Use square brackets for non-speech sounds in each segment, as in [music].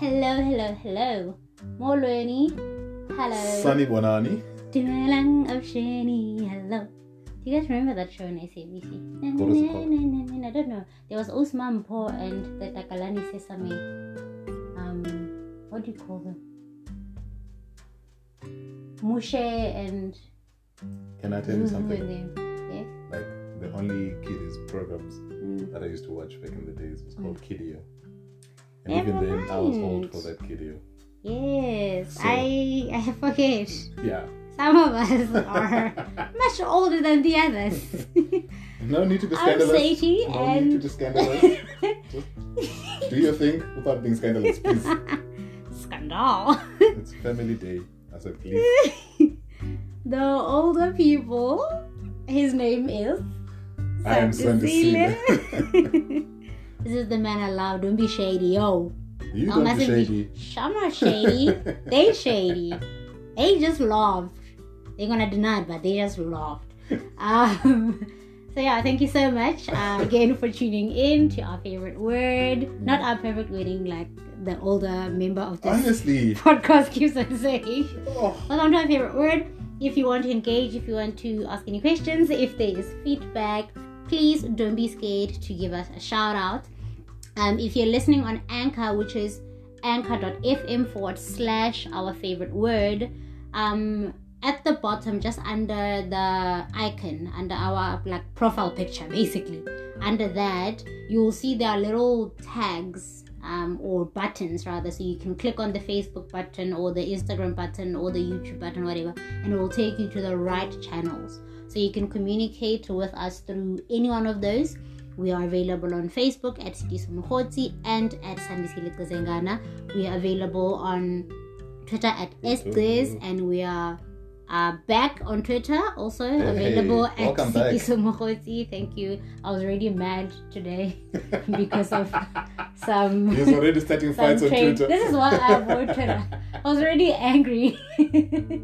hello, hello. More learning. Hello. Sunny Bonani. Dumalang of Shani, hello. Do you guys remember that show on SABC? Na, What was it na, called? na, na, na, na, I don't know. There was Usman Po and the Takalani Sesame. Um, what do you call them? Mushe and Can I tell you Zuzu something? and them. Yeah? Like the only kiddies programs Mm. that I used to watch back in the days was called Kiddio. And Never even then, I was old mind. for that Kiddio. Yes, So- I I forget. [laughs] Yeah. Some of us [laughs] are much older than the others. No need to be I'm scandalous. Sadie no and need to be scandalous. Do your thing without being scandalous, please. Scandal. it's family day. I said, please. [laughs] the older people, his name is. I am Sandisile. Sandisile. [laughs] this is the man allowed. Don't be shady, yo. You No, don't be mustn't shady. Some are [laughs] shady. they shady. They just loved. They're gonna deny it, but they just [laughs] loved. Um, so yeah, thank you so much uh, again for tuning in to our favorite word. Not our favorite wedding, like the older member of this Honestly. [laughs] podcast keeps on saying. Oh, Welcome to our favorite word. If you want to engage, if you want to ask any questions, if there is feedback, please don't be scared to give us a shout out. Um, if you're listening on Anchor, which is anchor.fm forward slash our favorite word, um, at the bottom, just under the icon, under our like profile picture, basically, under that, you'll see there are little tags um, or buttons rather. So you can click on the Facebook button or the Instagram button or the YouTube button, whatever, and it will take you to the right channels. So you can communicate with us through any one of those. We are available on Facebook at Sidiso Mokgotsi and at Sandisile Kazengana. We are available on Twitter at SGiz and we are uh, back on Twitter also available at welcome back. Sidiso Mokgotsi. Thank you. I was already mad today [laughs] because [laughs] of some he's already starting some fights on train. Twitter. This is why I [laughs] avoid Twitter. I was already angry. [laughs]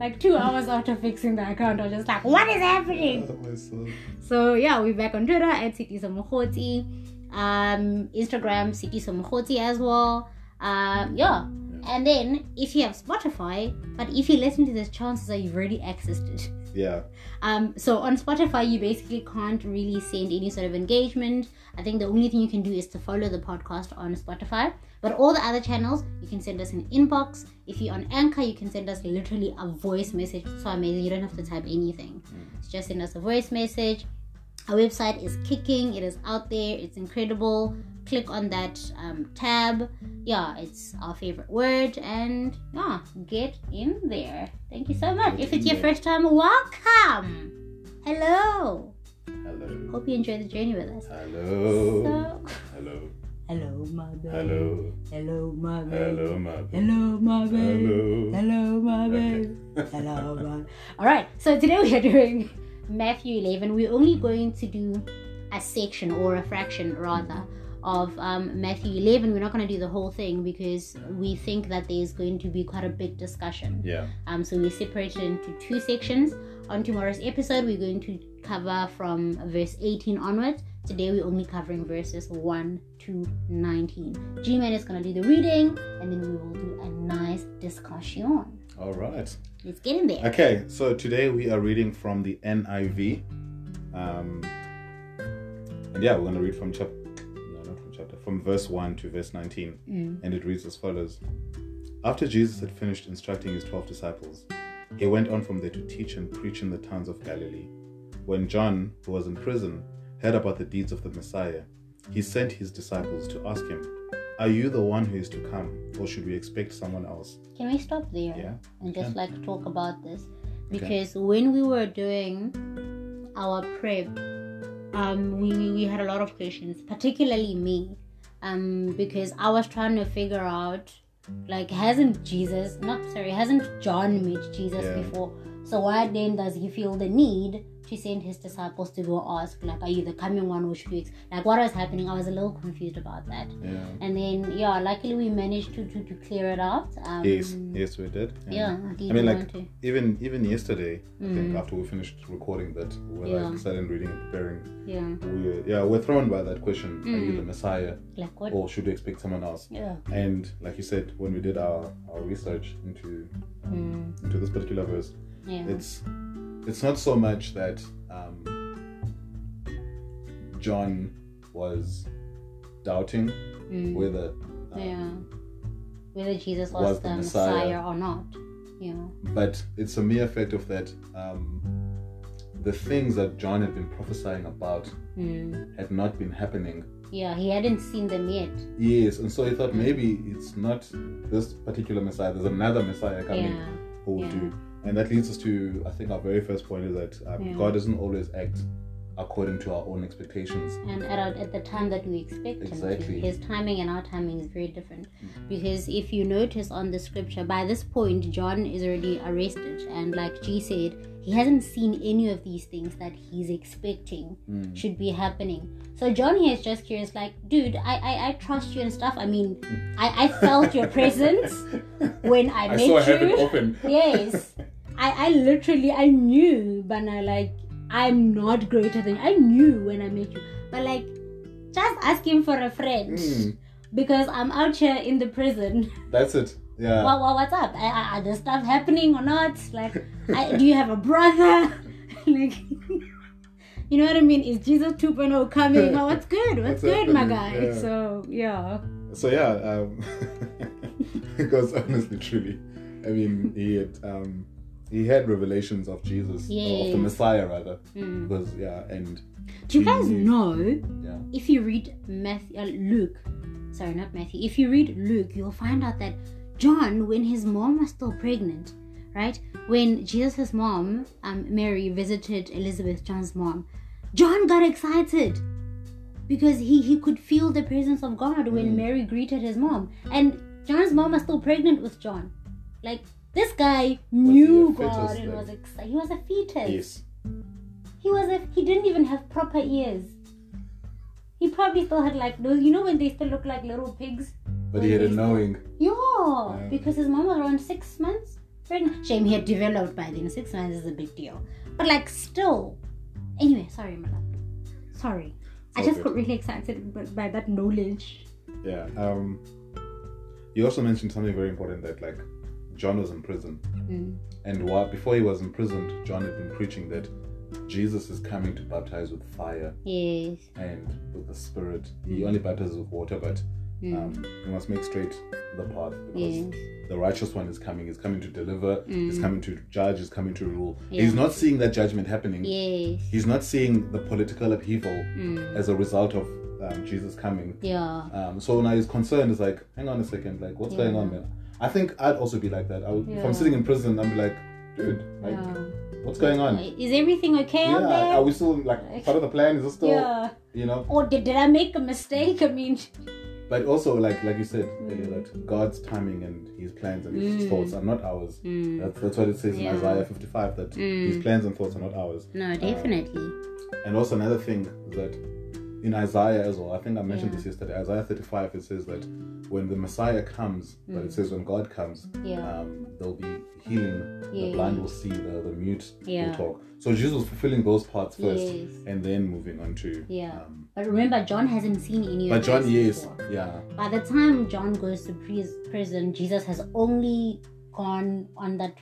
like two hours after fixing the account, I was just like, what is happening? Oh, my soul. So yeah, we're back on Twitter at City Somokhoti. Um Instagram City Somokhoti as well. Um yeah. And then if you have Spotify, but if you listen to this, chances are you've already accessed it. Yeah. Um, so on Spotify, you basically can't really send any sort of engagement. I think the only thing you can do is to follow the podcast on Spotify. But all the other channels, you can send us an inbox. If you're on Anchor, you can send us literally a voice message. It's so amazing. You don't have to type anything. Hmm. It's Just send us a voice message. Our website is kicking. It is out there. It's incredible. Click on that um, tab. Yeah, it's our favorite word. And yeah, get in there. Thank you so much. Get If it's in your there. first time, welcome. Hello. Hello. Hope you enjoy the journey with us. Hello. So, Hello. hello, my babe. Hello. Hello, my babe. Hello, my baby. Hello, my babe. Hello. Hello, my Okay. [laughs] babe. Hello, man. All right. So today we are doing Matthew 11. We're only going to do a section or a fraction rather of um, Matthew 11. We're not going to do the whole thing because we think that there's going to be quite a big discussion. Yeah. Um, so we separated into two sections. On tomorrow's episode, we're going to cover from verse 18 onwards. Today, we're only covering verses 1 to 19. G Man is going to do the reading and then we will do a nice discussion. All right. Let's get in there. Okay. So today we are reading from the NIV. Um, and yeah, we're going to read from chapter, no, not from chapter, from verse 1 to verse 19. Mm. And it reads as follows After Jesus had finished instructing his 12 disciples, he went on from there to teach and preach in the towns of Galilee. When John, who was in prison, heard about the deeds of the Messiah, he sent his disciples to ask him, Are you the one who is to come, or should we expect someone else? Can we stop there Yeah, and just like talk about this? Okay. Because when we were doing our prep, um, we, we had a lot of questions, particularly me, um, because I was trying to figure out, like, hasn't Jesus, not sorry, hasn't John met Jesus Yeah. before? So why then does he feel the need to send his disciples to go ask, like, are you the coming one which speaks? Like what was happening? I was a little confused about that. Yeah. And then yeah, luckily we managed to to, to clear it out. Um, Yes, yes, we did. Yeah, did mean, you like, want to? Even even yesterday, I think Mm. after we finished recording that, when I Yeah. started reading and preparing, Yeah. we were, yeah, we're thrown by that question: Are you Mm. the Messiah, Like what? or should we expect someone else? Yeah. And like you said, when we did our, our research into Mm. into this particular verse, Yeah. it's it's not so much that um, John was doubting Mm. whether um, yeah. Whether Jesus was, was the the, Messiah. Messiah. or not. Yeah. but it's a mere fact of that um, the things that John had been prophesying about Mm. had not been happening. Yeah. He hadn't seen them yet. Yes, and so he thought maybe it's not this particular Messiah. There's another Messiah coming Yeah. who will yeah. do, and that leads us to I think our very first point is that um, Yeah. God doesn't always act according to our own expectations. and at, our, at the time that we expect Exactly. Mm. him to. His timing and our timing is very different. Because if you notice on the scripture, by this point, John is already arrested. And like G said, he hasn't seen any of these things that he's expecting Mm. should be happening. So John here is just curious, like, dude, I, I, I trust you and stuff. I mean, I, I felt your [laughs] presence when I, Mm. I met saw you heaven [laughs] open. [laughs] yes I, I literally i knew but i like i'm not greater than i knew when i met you but like just asking for a friend Mm, because i'm out here in the prison that's it. Yeah. what, what, what's up I, I, are there stuff happening or not like I, do you have a brother [laughs] like you know what i mean is jesus 2.0 [laughs] coming oh, what's good what's, What's good my guy happening? Yeah. so yeah so yeah, um, [laughs] because honestly, truly, I mean, he had um, he had revelations of Jesus, or of the Yes. Messiah rather, Mm. because yeah, and do you guys Mm. know yeah, if you read Matthew, uh, Luke, sorry, not Matthew, if you read Luke, you'll find out that John, when his mom was still pregnant, right, when Jesus' mom, um, Mary, visited Elizabeth, John's mom, John got excited because he, he could feel the presence of God when Mm. Mary greeted his mom. And John's mom was still pregnant with John. Like, this guy knew he a fetus God and then? was excited. He was a fetus. yes, He was a, he didn't even have proper ears. He probably still had like those, you know, when they still look like little pigs. but he had a knowing. Yeah, Yeah. because his mom was around six months pregnant. Shame he had developed by then. Six months is a big deal, but like still. Anyway, sorry, Mala. Sorry, I all just good. got really excited by, by that knowledge. Yeah. Um, you also mentioned something very important that like John was in prison, Mm. and while before he was imprisoned, John had been preaching that Jesus is coming to baptize with fire Yes. and with the Spirit. He only baptizes with water, but Mm. um, you must make straight the path because yes. Mm. the righteous one is coming. He's coming to deliver. He's coming to judge. He's coming to rule. Yeah. He's not seeing that judgment happening. Yes. He's not seeing the political upheaval Mm. as a result of um, Jesus coming. Yeah. Um, so now his concern is like, hang on a second, like what's going on, man? I think I'd also be like that. I would, If Yeah. I'm sitting in prison, I'd be like, dude, like yeah. what's going on? Is everything okay out there? Yeah, are we still like part of the plan? Is this still, yeah. you know? Or did, did I make a mistake? I mean, But also, like like you said earlier, that God's timing and His plans and His Mm. thoughts are not ours. That's, that's what it says Yeah. Mm. in Isaiah 55 that His plans and thoughts are not ours. no, definitely. And also another thing is that in Isaiah as well, I think I mentioned this yesterday. Isaiah 35 it says that when the Messiah comes, but it says when God comes, Mm. Yeah. um, there'll be healing. The Yeah. blind will see, the, the mute Yeah. will talk. So Jesus was fulfilling those parts first, Yes. and then moving on to. Yeah. Um, But remember, John hasn't seen any but of John, this yes, before. yeah, By the time John goes to pris- prison, Jesus has only gone on that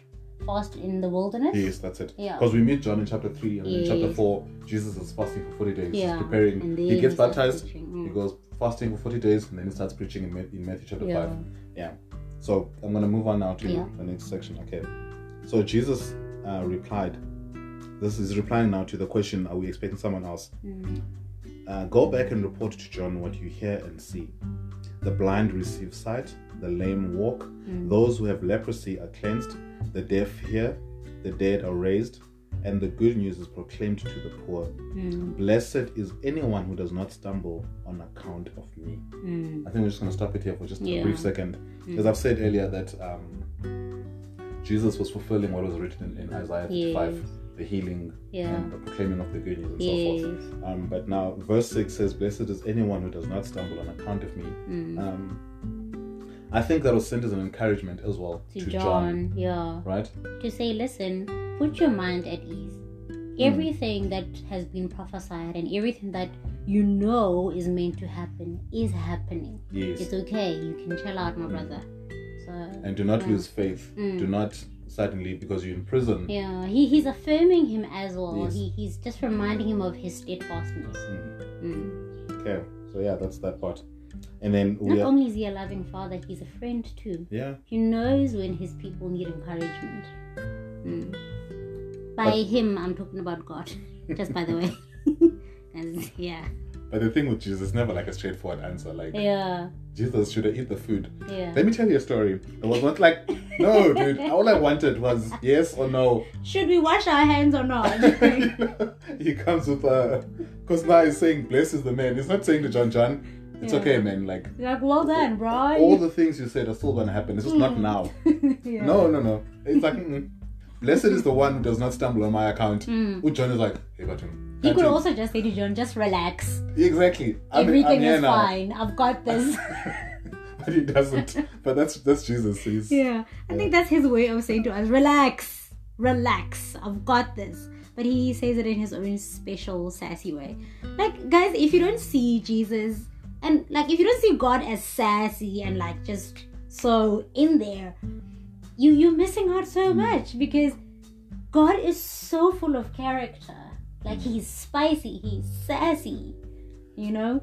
fast in the wilderness. Yes, that's it. Yeah. Because we meet John in chapter 3 and in chapter Yes. 4, Jesus is fasting for 40 days. Yeah. He's preparing. And he then gets he starts baptized. preaching. Mm. He goes fasting for 40 days and then he starts preaching in, Ma- in Matthew chapter Yeah. 5. Yeah. So I'm going to move on now to Yeah. the next section. Okay. So Jesus uh, replied. This is replying now to the question Are we expecting someone else? Mm. Uh, go back and report to John what you hear and see. The blind receive sight, the lame walk, those who have leprosy are cleansed, the deaf hear, the dead are raised, and the good news is proclaimed to the poor. Blessed is anyone who does not stumble on account of me. Mm. I think we're just going to stop it here for just Yeah. a brief second. As I've said earlier, that um, Jesus was fulfilling what was written in, in Isaiah 55, Yes. the healing Yeah. and the proclaiming of the good news and so Yes. forth. Um, but now, verse 6 says, Blessed is anyone who does not stumble on account of me. Mm. Um, I think that was sent as an encouragement as well To John, yeah. right? to say, listen, put your mind at ease. Mm. Everything that has been prophesied and everything that you know is meant to happen is happening. Yes. It's okay. You can chill out, my brother. So, and do not Yeah. lose faith. Mm. Do not suddenly, because you're in prison, yeah, he, he's affirming him as well. Yes. He, he's just reminding him of his steadfastness. Mm. Okay, so yeah, that's that part. And then Not we are, only is he a loving father, he's a friend too. yeah, He knows when his people need encouragement. Mm. By But- him, I'm talking about God, [laughs] just by the way. [laughs] and yeah, but the thing with Jesus, it's never like a straightforward answer. Like yeah, Jesus should have eat the food. yeah. Let me tell you a story. It was not like no, dude. All I wanted was yes or no. [laughs] Should we wash our hands or not? [laughs] You know, he comes with a because now he's saying blessed is the man. He's not saying to John John, it's Yeah. okay, man. Like like, well done, bro. all the things you said are still gonna happen. It's just not Hmm. [laughs] now. Yeah. No, no, no. It's like, mm-mm. blessed is the one who does not stumble on my account. Mm. Ooh, John is like, hey, button. You could also just say to John, just relax. exactly. I'm, I'm Everything here is now. fine. I've got this. [laughs] but he doesn't. But that's that's Jesus. He's, yeah. I think that's his way of saying to us, relax, relax. I've got this. But he says it in his own special sassy way. Like, guys, if you don't see Jesus and like if you don't see God as sassy and like just so in there, you you're missing out so much because God is so full of character. Like he's spicy, he's sassy, you know?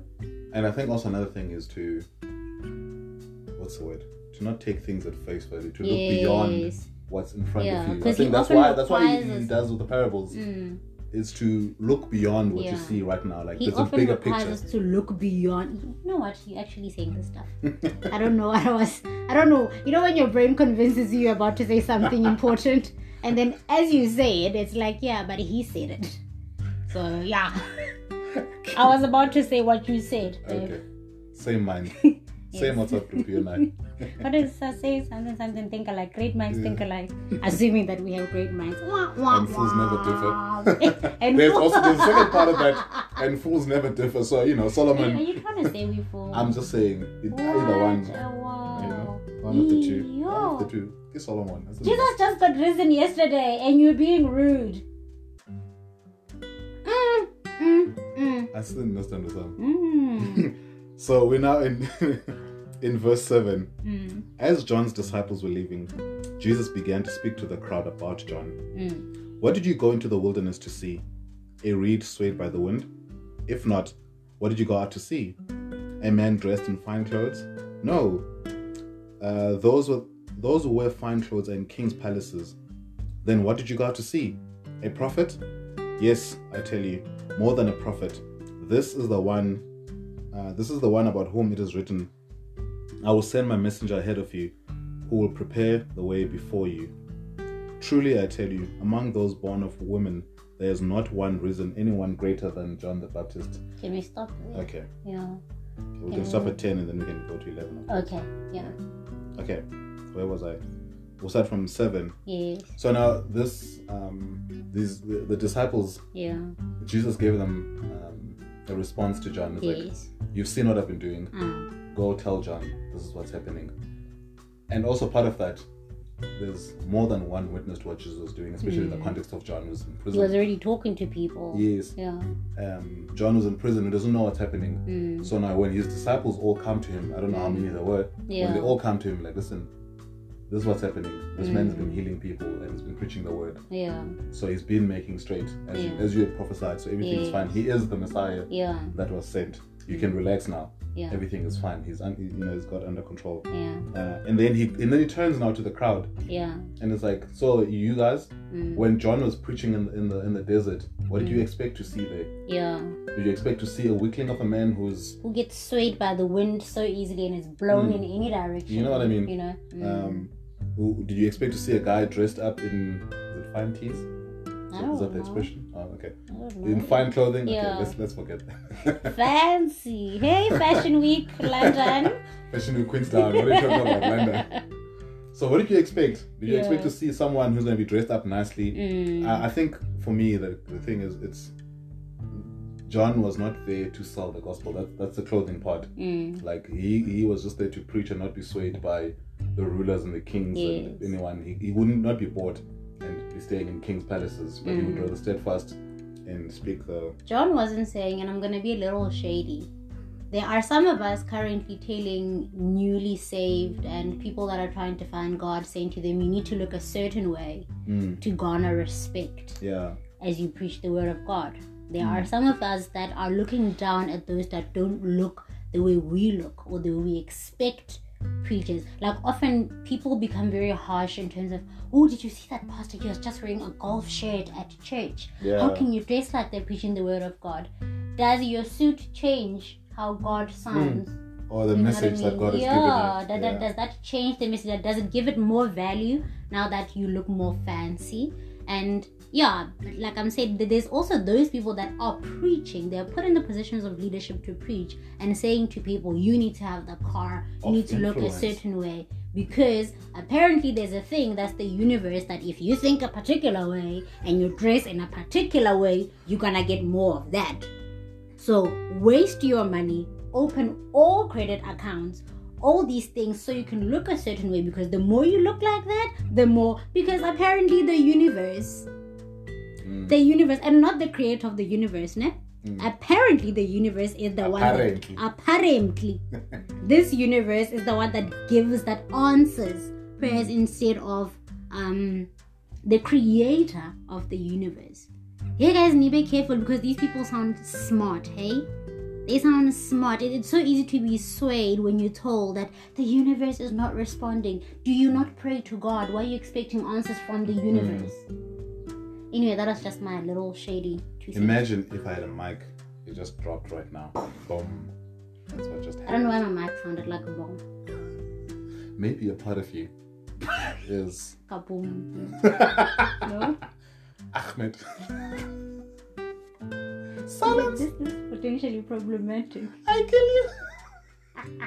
And I think also another thing is to, what's the word? To not take things at face value. To look beyond Yes. what's in front Yeah, of you. I 'cause think he that's often why that's why he, requires he us- does with the parables Mm. is to look beyond what you Yeah. see right now. Like He there's a often bigger requires picture. us to look beyond. You know what? You're actually saying this stuff. [laughs] I don't know. I was. I don't know. You know when your brain convinces you you're about to say [laughs] something important, and then as you say it, it's like, yeah, but he said it. So yeah, I was about to say what you said. babe. okay. Same [laughs] mind. Same what's up group you and I. What is I say? Something, something. Think alike. Great minds think alike. Assuming that we have great minds. Wah, wah, And fools wah. never [laughs] differ. and there's fools- also the second part of that, and fools never differ. So you know, [laughs] Are Solomon. you trying to say we fools? I'm just saying, it, either one, What a you know, wow. one of the two, one of Yo. the two. It's Solomon. That's the Jesus just got risen yesterday and you're being rude. Mm, mm, mm, best. I still must understand. mm, So we're now in [laughs] in verse seven. [laughs] mm, As John's disciples were leaving, Jesus began to speak to the crowd about John. mm. What did you go into the wilderness to see? A reed swayed by the wind? If not, what did you go out to see? A man dressed in fine clothes? No. Uh, those were those who wear fine clothes and king's palaces. Then what did you go out to see? A prophet? Yes, I tell you, more than a prophet. This is the one. Uh, this is the one about whom it is written, "I will send my messenger ahead of you, who will prepare the way before you." Truly, I tell you, among those born of women, there is not one risen anyone greater than John the Baptist. Can we stop there? Okay, Yeah. we can stop at ten, and then we can go to eleven. Okay. Yeah. Okay, where was I? We'll start from seven. Yes. So now this, um, these the, the disciples, Yeah. Jesus gave them um, a response to John. It's like, Yes. you've seen what I've been doing. Ah. Go tell John this is what's happening. And also part of that, there's more than one witness to what Jesus was doing, especially in the context of John who's in He prison. Mm. was already talking to people. Yes, Yeah. um, John was in prison. He doesn't know what's happening. Mm. So now, when his disciples all come to him, I don't know how many there were. Yeah. When they all come to him, like, listen, this is what's happening. This Mm. man's been healing people and he's been preaching the word. Yeah. So he's been making straight, as, you, Yeah. as you have prophesied. So everything's Yes. fine. He is the Messiah Yeah. that was sent. You can relax now. Yeah. Everything is fine. He's un- you know he's got under control. Yeah. Uh, and then he and then he turns now to the crowd Yeah. and it's like, so you guys, Mm. when John was preaching in, in the in the desert, what did you expect to see there? Yeah. Did you expect to see a weakling of a man who's Who gets swayed by the wind so easily and is blown in any direction? Mm. You know what I mean? You know. Mm. um who did you expect to see a guy dressed up in is it fine tees? I don't Is that the know. expression? Oh, okay. I don't In know. fine clothing? Yeah. Okay, let's let's forget [laughs] that. Fancy. [laughs] Hey, Fashion Week, London. [laughs] Fashion Week Queenstown, what are you talking about? London. So what did you expect? Did you Yeah. expect to see someone who's going to be dressed up nicely? Mm. I, I think for me, the, the thing is, it's John was not there to sell the gospel. That, that's the clothing part. Mm. Like he, he was just there to preach and not be swayed by the rulers and the kings and Yes. anyone. He, he wouldn't not be bored and be staying in kings' palaces, but he would Mhm. rather steadfast and speak the John wasn't saying, and I'm going to be a little shady. There are some of us currently telling newly saved and people that are trying to find God, saying to them, you need to look a certain way Mm, to garner respect. yeah as you preach the word of God. There Mm. are some of us that are looking down at those that don't look the way we look or the way we expect preachers. Like often people become very harsh in terms of, oh, did you see that pastor? He was just wearing a golf shirt at church. yeah. How can you dress like they're preaching the word of God? Does your suit change how God sounds? or the You know what I message that mean? God has yeah, given That, it. that, does that change the message? That- Does it give it more value now that you look more fancy? And yeah, like I'm saying, th- there's also those people that are preaching. They're put in the positions of leadership to preach and saying to people, you need to have the car, you Of need to look a influence. certain way. Because apparently there's a thing that's the universe that if you think a particular way and you dress in a particular way, you're gonna get more of that. So waste your money, open all credit accounts, all these things so you can look a certain way because the more you look like that, the more because apparently the universe, Mm, the universe and not the creator of the universe, ne? mm. Apparently the universe is the one that Apparently. apparently this universe is the one that gives that answers prayers instead of um the creator of the universe hey guys need to be careful because these people sound smart hey they sound smart It- it's so easy to be swayed when you're told that the universe is not responding do you not pray to god why are you expecting answers from the Mm. universe anyway that was just my little shady two cents. Imagine if I had a mic, it just dropped right now. Boom. That's what just i don't happened. know why my mic sounded like a bomb Maybe a part of you [laughs] is [laughs] kaboom no Ahmed. This Silence. is potentially problematic. I kill you.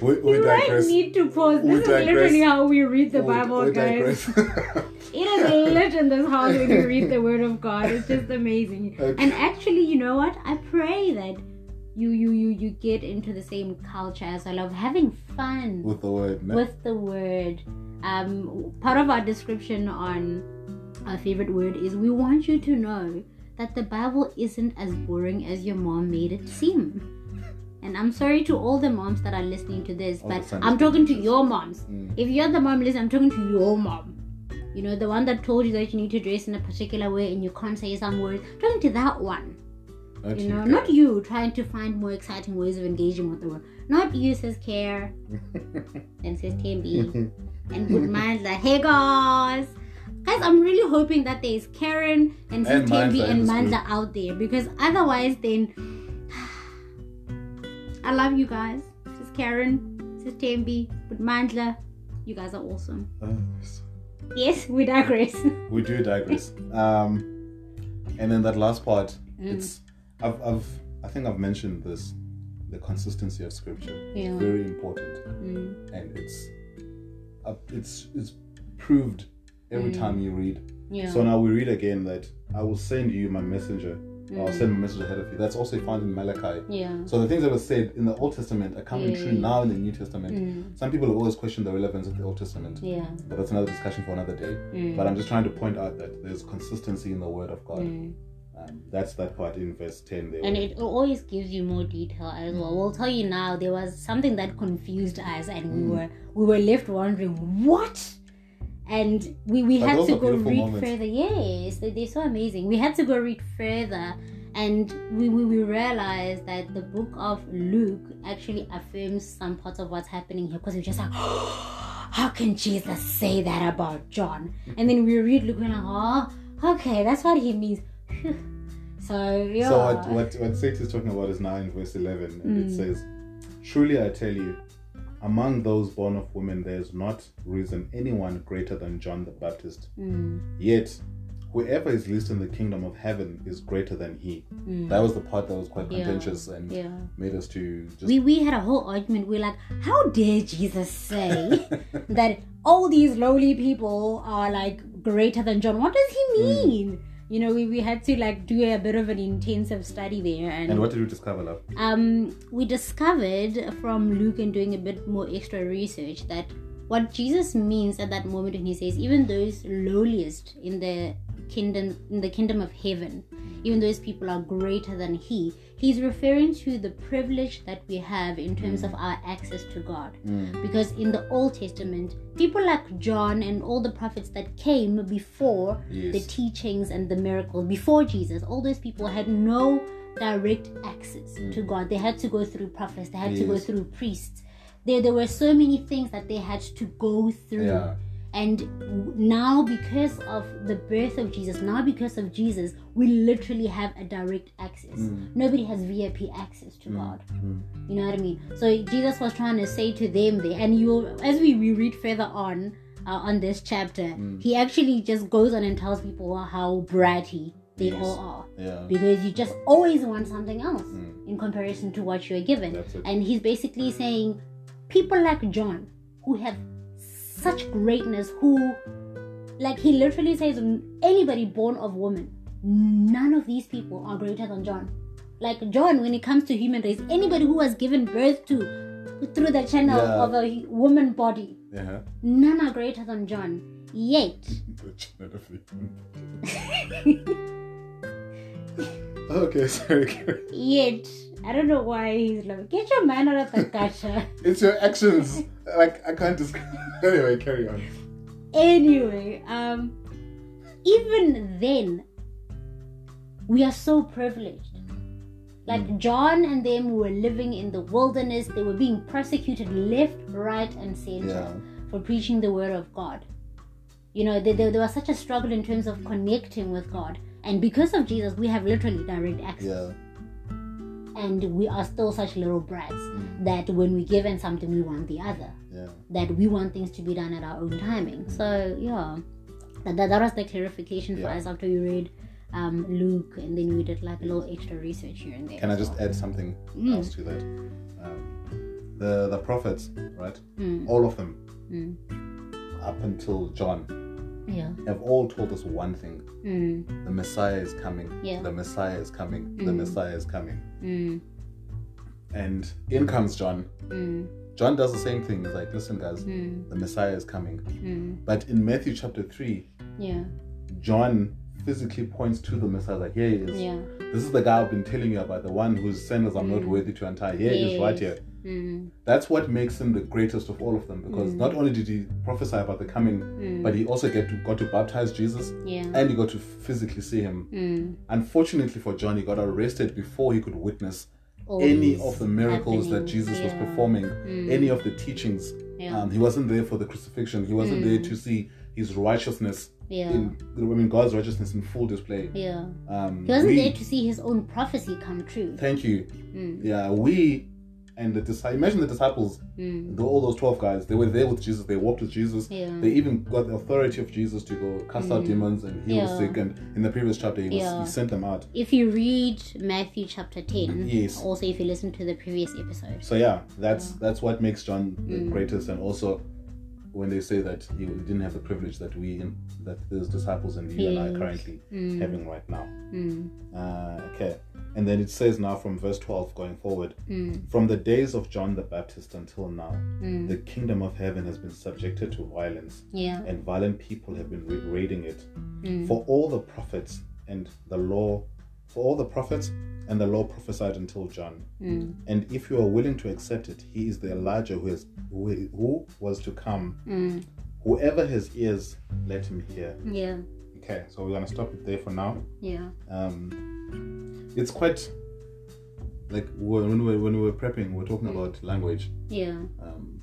We, [laughs] we you might digress. need to pause. We This is literally digress. how we read the We- Bible, we guys. digress. [laughs] It is lit in this house when you read the Word of God. It's just amazing. Okay. And actually, you know what? I pray that you you you you get into the same culture as I love having fun With the word. no? with the word. Um, part of our description on our favorite word is we want you to know that the Bible isn't as boring as your mom made it seem. And I'm sorry to all the moms that are listening to this, All the but Sunday I'm school talking to teachers. your moms. Mm. If you're the mom listening, I'm talking to your mom. You know, the one that told you that you need to dress in a particular way and you can't say some words. I'm talking to that one Not you know, guys. not you trying to find more exciting ways of engaging with the world. Not you says [laughs] care and says TMB and good minds like hey guys. Guys, I'm really hoping that there is Karen and And Sis Manza TMB in and this Manza out there because otherwise then [sighs] I love you guys. Sis Karen, Sis TMB, but Mandla, you guys are awesome. Oh, Yes, we digress. [laughs] we do digress um and then that last part Mm. it's I've, I've i think i've mentioned this the consistency of scripture Yeah. is very important Mm, and it's uh, it's it's proved every Mm. time you read yeah. so now we read again that i will send you my messenger or i'll Mm. send my messenger ahead of you that's also found in malachi yeah. so the things that were said in the old testament are coming Yeah. true now in the new testament Mm, some people have always questioned the relevance of the old testament yeah. but that's another discussion for another day Mm, but I'm just trying to point out that there's consistency in the word of God. mm. Um, that's that part in verse 10 there. And it always gives you more detail as well. We'll tell you now there was something that confused us and Mm. we were we were left wondering what and we, we But had those to are go beautiful read moments. further. Yes, they, they're so amazing. We had to go read further and we, we, we realized that the book of Luke actually affirms some parts of what's happening here because we're just like, [gasps] how can Jesus say that about John? And then we read Luke and we're like, oh, okay, that's what he means. [laughs] so, yeah. So what, what, what Satan is talking about is now in verse 11, and it Mm. says, Truly I tell you, among those born of women there is not risen anyone greater than John the Baptist. Mm. Yet whoever is least in the kingdom of heaven is greater than he. Mm. That was the part that was quite Yeah. contentious and Yeah. made us to just We, we had a whole argument. We're like, how dare Jesus say that all these lowly people are like greater than John? What does he mean? You know, we, we had to like do a bit of an intensive study there. And, And what did we discover, love? um, we discovered from Luke and doing a bit more extra research that what Jesus means at that moment when he says, even those lowliest in the kingdom in the kingdom of heaven, even those people are greater than he, he's referring to the privilege that we have in terms of our access to God. Because in the Old Testament, people like John and all the prophets that came before the Yes. teachings and the miracles before Jesus, all those people had no direct access to God. They had to go through prophets, they had to go Mm. Yes. through priests. There, there were so many things that they had to go through. Yeah. And w- now, because of the birth of Jesus, now because of Jesus, we literally have a direct access. Mm. Nobody has VIP access to God. You know what I mean? So Jesus was trying to say to them there, and you, as we, we read further on uh, on this chapter, he actually just goes on and tells people how bratty they Yes. all are Yeah. because you just always want something else in comparison to what you're given. Hmm. That's it. Hmm. And he's basically saying people like John who have such greatness, who, like, he literally says, anybody born of woman, none of these people are greater than John. Like, John, when it comes to human race, anybody who was given birth to through the channel Yeah. of a woman body, [laughs] Yeah. [laughs] none are greater than John. Yet, okay, [laughs] sorry. yet, I don't know why he's like, get your man out of the gutter. It's your actions. Like I can't just [laughs] anyway, carry on. anyway um even then we are so privileged like john and them were living in the wilderness they were being persecuted left right and center Yeah. for preaching the word of god you know there, there, there was such a struggle in terms of connecting with god and because of jesus we have literally direct access Yeah. and we are still such little brats that when we're given something we want the other Yeah. that we want things to be done at our own timing. So yeah, that, that, that was the clarification for Yeah. us after we read um, Luke, and then we did like a little extra research here and there. Can I as just well. add something Mm. else to that? Um, the the prophets, right? Mm. All of them, Mm. up until John, Yeah. have all told us one thing: Mm. the Messiah is coming. Yeah. The Messiah is coming. The Mm. Messiah is coming. Mm. And in comes John. Mm. John does the same thing. He's like, listen, guys, Mm. the Messiah is coming. Mm. But in Matthew chapter three, Yeah. John physically points to the Messiah. Like, here he is. Yeah. This is the guy I've been telling you about, the one whose sandals I'm not Mm. worthy to untie. Here he is, right Yes. here. Mm. That's what makes him the greatest of all of them because Mm. not only did he prophesy about the coming, Mm. but he also get to, got to baptize Jesus Yeah. and he got to physically see him. Mm. Unfortunately for John, he got arrested before he could witness All any these of the miracles that happenings. Jesus was Oh, Yeah. performing, Mm. any of the teachings. Yeah. Mm. Um, he wasn't there for the crucifixion, he wasn't there to see his righteousness. yeah. In, I mean, God's righteousness in full display. yeah. Um, He wasn't we- there to see his own prophecy come true. Thank you. Mm. Yeah, we and the disciples. Imagine the disciples, Mm. the, all those twelve guys. They were there with Jesus. They walked with Jesus. Yeah. Mm. They even got the authority of Jesus to go cast out demons and heal the Yeah. sick. And in the previous chapter, he, was, Yeah. he sent them out. if you read Matthew chapter 10, Yes. also if you listen to the previous episode. So yeah, that's that's what makes John the Mm. greatest. And also, when they say that he didn't have the privilege that we in, that those disciples and you and I Yes. currently having right now. Mm, Uh, okay. And then it says now from verse 12 going forward mm, From the days of John the Baptist until now, mm. the kingdom of heaven has been subjected to violence, Yeah. and violent people have been ra- raiding it. Mm. For all the prophets and the law, for all the prophets and the law prophesied until John. Mm, And if you are willing to accept it, he is the Elijah who, is, who, who was to come. mm. Whoever has ears, let him hear. Yeah. Okay, so we're gonna stop it there for now. Yeah. Um, it's quite like when we when we were prepping, we are talking about language. Yeah. um,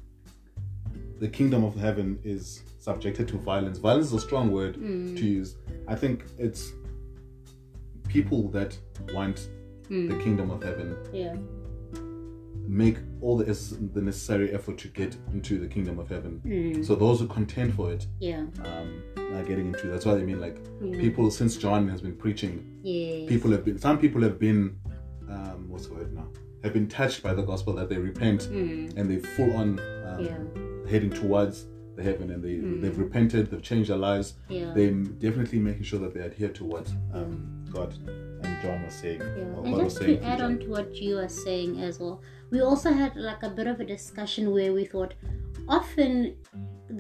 the kingdom of heaven is subjected to violence. Violence is a strong word Mm. to use. I think it's people that want Mm. the kingdom of heaven Yeah. make all the, the necessary effort to get into the kingdom of heaven. Mm. So those who contend for it Yeah. um, are getting into. That's why I mean, like Mm. people since John has been preaching, Yes. people have been. Some people have been, um, what's the word now? Have been touched by the gospel that they repent Mm. and they full on um, Yeah. Hmm. heading towards the heaven and they they've repented, they've changed their lives. Yeah. They're definitely making sure that they adhere to what um, God and John was saying. Yeah. or And God just to through add John. on to what you are saying as well, we also had like a bit of a discussion where we thought often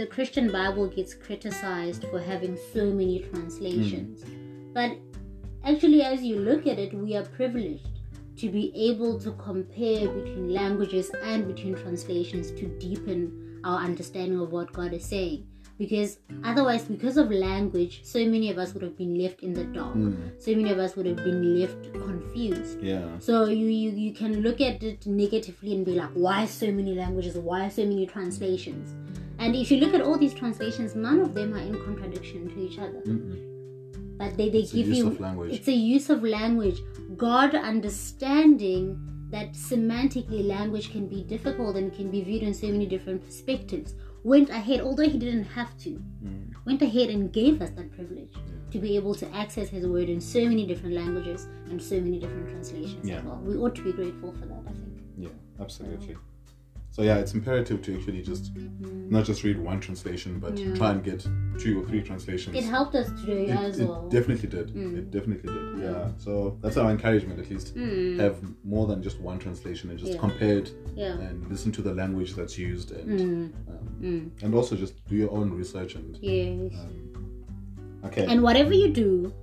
the Christian Bible gets criticized for having so many translations. But actually, as you look at it, we are privileged to be able to compare between languages and between translations to deepen our understanding of what God is saying. Because otherwise, because of language, so many of us would have been left in the dark. So many of us would have been left confused. Yeah. So you, you you can look at it negatively and be like, why so many languages? Why so many translations? And if you look at all these translations, none of them are in contradiction to each other. Mm-mm. But they, they It's a give use you of language. it's a use of language. God understanding that semantically language can be difficult and can be viewed in so many different perspectives went ahead, although he didn't have to, Mm. went ahead and gave us that privilege to be able to access his word in so many different languages and so many different translations Yeah. as well. We ought to be grateful for that, I think. Yeah, absolutely. So yeah, it's imperative to actually just not just read one translation, but Mm-hmm. Yeah. try and get two or three translations. It helped us today It- as it well. definitely did. Mm. It definitely did. Yeah. So that's our encouragement, at least. Mm, Have more than just one translation and just Yeah. compare it yeah. and listen to the language that's used and Mm, um, mm, and also just do your own research and yes. um, okay And whatever you do,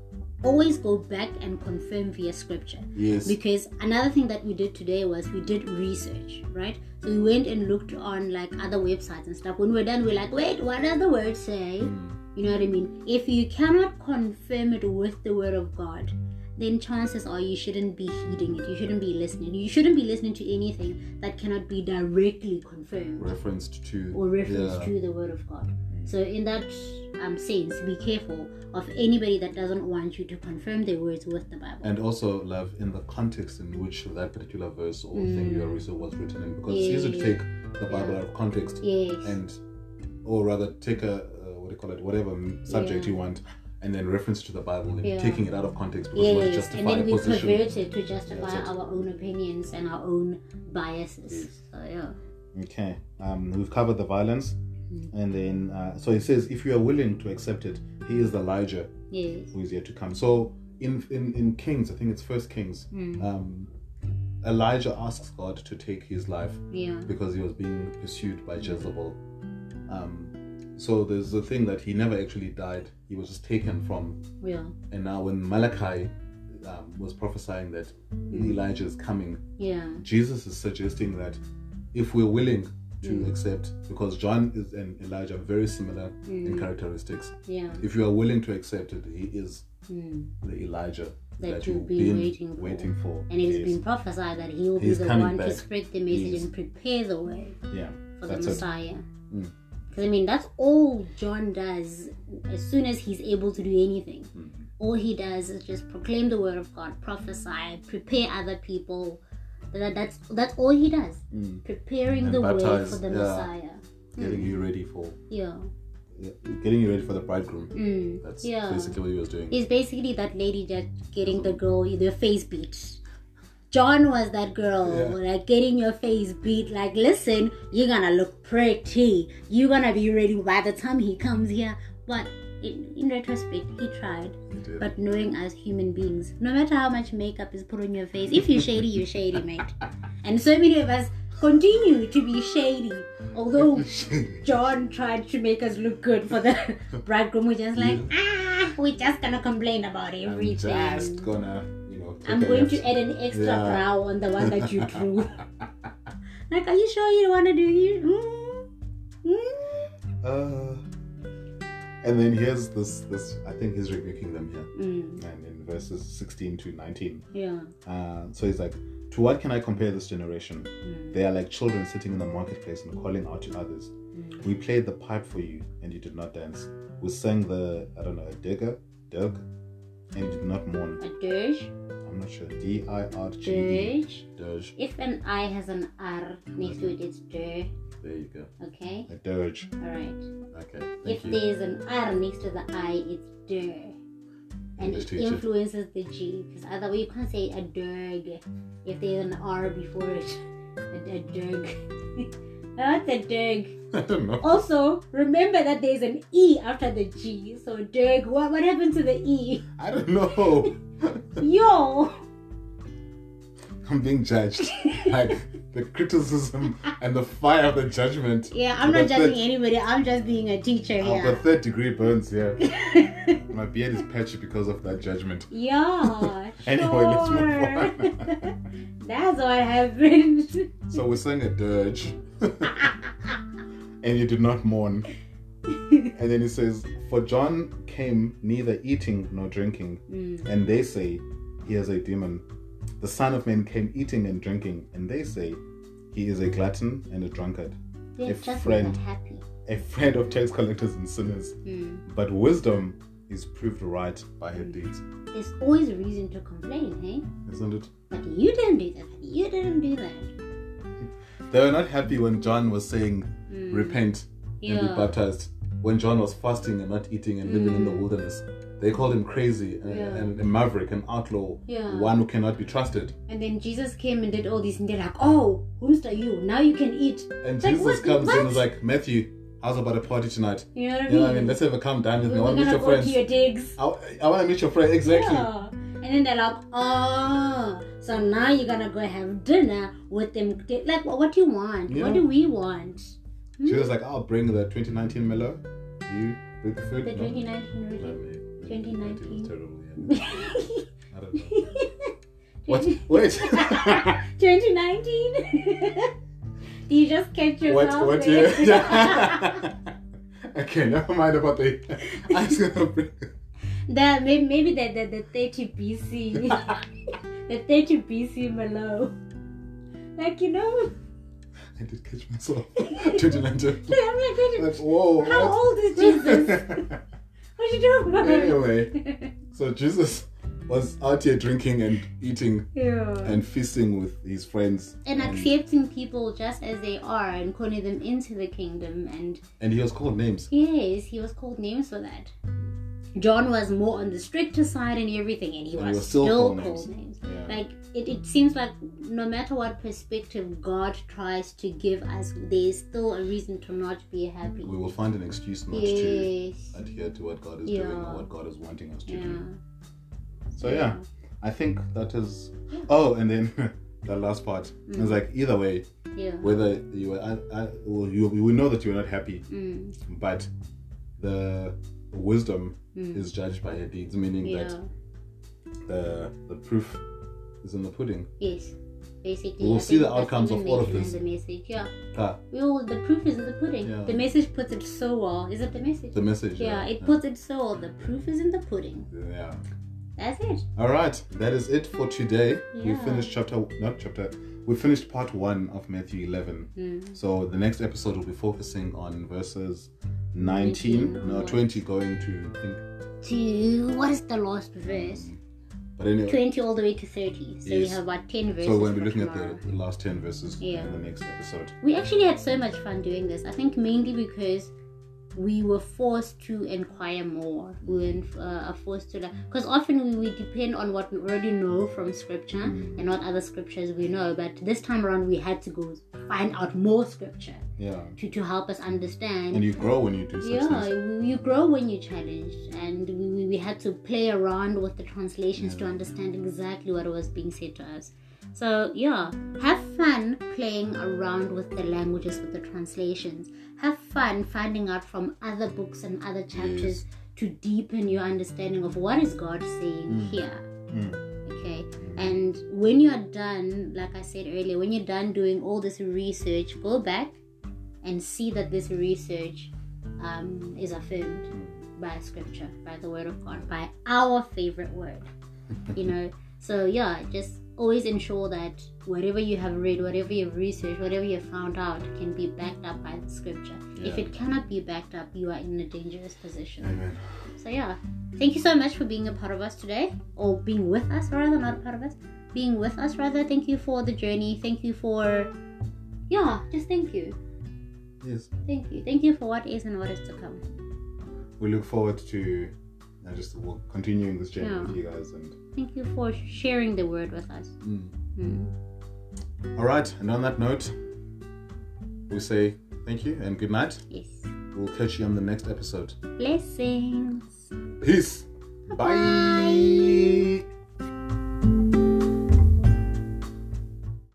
always go back and confirm via scripture. yes Because another thing that we did today was we did research, right? So we went and looked on like other websites and stuff. When we're done, we're like, wait, what does the word say? Mm, You know what I mean? If you cannot confirm it with the word of God, then chances are you shouldn't be heeding it. You shouldn't be listening. You shouldn't be listening to anything that cannot be directly confirmed referenced to or referenced yeah. Mm. to the word of God. So, in that um, sense, be careful of anybody that doesn't want you to confirm their words with the Bible. and also love in the context in which that particular verse or thing you are reading was written in because it's easy Mm. to Yeah. take the bible out of context yes. and or rather take a uh, what do you call it whatever m- subject Yeah. you want and then reference to the bible and Yeah. taking it out of context because we want to Yes, justify and then a we position pervert it to justify That's it. our own opinions and our own biases. Yes. So, yeah. Okay, um, we've covered the violence, and then uh, so it says, if you are willing to accept it, he is the Elijah Yes. who is yet to come. So in in, in Kings, I think it's First Kings, Mm. um, Elijah asks God to take his life Yeah. because he was being pursued by Jezebel. Um, so there's a thing that he never actually died; he was just taken from. Yeah. And now when Malachi um, was prophesying that Elijah is coming, Yeah. Jesus is suggesting that if we're willing to Mm. accept, because John is and Elijah are very similar Mm. in characteristics, Yeah. if you are willing to accept it, he is Mm. the Elijah That you've been waiting, for. And it has Yes. been prophesied that he will He's be the coming one to back. spread the message Yes. and prepare the way yeah, for that's the it. Messiah. Mm. Because I mean, that's all John does. As soon as he's able to do anything, Mm. all he does is just proclaim the word of God, prophesy, prepare other people. That, that's that's all he does. Mm. Preparing And the way baptize, for the yeah. Messiah. Mm. Getting you ready for, Yeah. getting you ready for the bridegroom. Mm. That's Yeah. basically what he was doing. It's basically that lady that getting the girl their face beat. John was that girl, Yeah. like getting your face beat. Like, listen, you're gonna look pretty. You're gonna be ready by the time he comes here. But in, in retrospect, he tried. He did. [laughs] But knowing as human beings, no matter how much makeup is put on your face, if you're shady, you're shady, mate. And so many of us continue to be shady, although John tried to make us look good for [laughs] the bridegroom. We're just like, ah, we're just gonna complain about I'm everything. I'm, just gonna, you know. take a going left. to add an extra Yeah. brow on the one that [laughs] you drew. like, are you sure you don't wanna do it? Mm, Uh, and then here's this this I think he's rebuking them here. mm, mm, and in verses 16 to 19. yeah. Uh, so he's like, To what can I compare this generation? They are like children sitting in the marketplace and calling out to others. We played the pipe for you and you did not dance. We sang the, I don't know, digger, dug, and did not mourn. A dirge. I'm not sure. D I R G E. Dirge. Doge. If an I has an R next to it, it's dir. There you go. Okay? A dirge. Alright. Okay. If Thank you. there's an R next to the I, it's dir. And English it teacher. influences the G. Because otherwise, you can't say a dirg if there's an R before it. A, a dirg. [laughs] That's a dirg. [laughs] I don't know. Oh. Also, remember that there's an E after the G. So, dirg, what, what happened to the [laughs] E? I don't know. Yo! [laughs] I'm being judged. like the criticism and the fire of the judgment. Yeah, I'm But Oh, not judging that- anybody. I'm just being a teacher Of the here. third degree burns, yeah. My beard is patchy because of that judgment. [laughs] Yeah. [laughs] Anyway, let's move sure. [laughs] That's what happened. [laughs] So we sang a dirge. and you did not mourn. And then he says, For John came neither eating nor drinking, Mm. and they say, He is a demon. The Son of Man came eating and drinking, and they say, He is a glutton and a drunkard, They're If just friend- not happy. a friend of tax collectors and sinners. Mm. But wisdom is proved right by her deeds. There's always a reason to complain, hey? Isn't it? But you didn't do that. But you didn't do that. They were not happy when John was saying, Mm. Repent and be Yeah. baptized. When John was fasting and not eating and living in the wilderness, they called him crazy and, Mm. Yeah. and a maverick, an outlaw, Yeah. one who cannot be trusted. And then Jesus came and did all this, and they're like, "Oh, who's are you? Now you can eat." And Like, Jesus what- comes in and is what? like, Matthew, how's about a party tonight? You know what I You mean? know what I mean? Let's have a calm down with me. I We're want to meet gonna your go friends. to your digs. I, want to meet your friends. Exactly. Yeah. And then they're like, "Oh, so now you're gonna go have dinner with them? Like, what, what do you want? Yeah. What do we want?" She was like, I'll bring the 2019 Mellow. You bring the food. The No. 2019 No, [laughs] really. me. me, It 2019. was terrible, yeah. [laughs] I don't know. What? Wait. 2019. [laughs] Do you just catch yourself? [laughs] what? What? there? [laughs] you- okay, never mind about the. [laughs] I was gonna bring. The maybe, maybe the, the, the 30 BC. the 30 BC below. Like you know, [laughs] I did catch myself. [laughs] 2019. I'm like, wait, That's whoa. how what? old is [laughs] Jesus? What you doing? [laughs] anyway, so Jesus was out here drinking and eating Yeah. and feasting with his friends, And accepting people just as they are and calling them into the kingdom. And and he was called names. yes, he was called names for that. John was more on the stricter side and everything, and he was, And he was still, still called called names. names. Yeah. Like it, it seems like no matter what perspective God tries to give us, there is still a reason to not be happy. We will find an excuse not to Yes. adhere to what God is Yeah. doing or what God is wanting us to Yeah. do. So yeah, I think that is. Oh, and then [laughs] that last part It's Mm. like either way, Yeah. whether you were, I, I, well, you, we know that you're not happy, Mm. but the wisdom Mm. is judged by your deeds, meaning Yeah. that the the proof is in the pudding. Yes. Basically. We'll I see think the that's outcomes even of all of mentioned in this. The message. Yeah. Ah, Well, the proof is in the pudding. Yeah. The message puts it so well. Is it the message? the message. yeah, it puts it so well. The proof is in the pudding. Yeah. That's it. All right, that is it for today. We Yeah. finished chapter, not chapter, we finished part one of Matthew 11. Mm. So the next episode will be focusing on verses 19, Nineteen no, onwards. 20 going to, I think. um, To what is the last verse? But anyway, Twenty all the way to thirty. So we Yes. have about ten verses. so we're going to for be looking tomorrow. at the, the last 10 verses Yeah. in the next episode. We actually had so much fun doing this. I think mainly because we were forced to inquire more. We were in- uh, are forced to like because often we, we depend on what we already know from scripture Mm. and what other scriptures we know. But this time around, we had to go find out more scripture Yeah. to, to help us understand. And you grow when you do such yeah, things. you you grow when you're challenged, and we, we- we had to play around with the translations to understand exactly what was being said to us. So, yeah, have fun playing around with the languages, with the translations. Have fun finding out from other books and other chapters to deepen your understanding of what is God saying here okay and when you're done like i said earlier when you're done doing all this research go back and see that this research um, is affirmed by scripture by the word of god by our favorite word you know so yeah just always ensure that whatever you have read, whatever you've researched, whatever you've found out can be backed up by the scripture. If Yeah. it cannot be backed up, you are in a dangerous position. Amen. So yeah, thank you so much for being a part of us today, or being with us rather, not a part of us, being with us rather. Thank you for the journey. Thank you for, yeah, just thank you, Yes. thank you, thank you for what is and what is to come. We look forward to uh, just well, continuing this journey Yeah. with you guys. And Thank you for sharing the word with us. Mm. all right. And on that note, we say thank you and good night. Yes, We'll catch you on the next episode. blessings. Peace. Bye. Bye.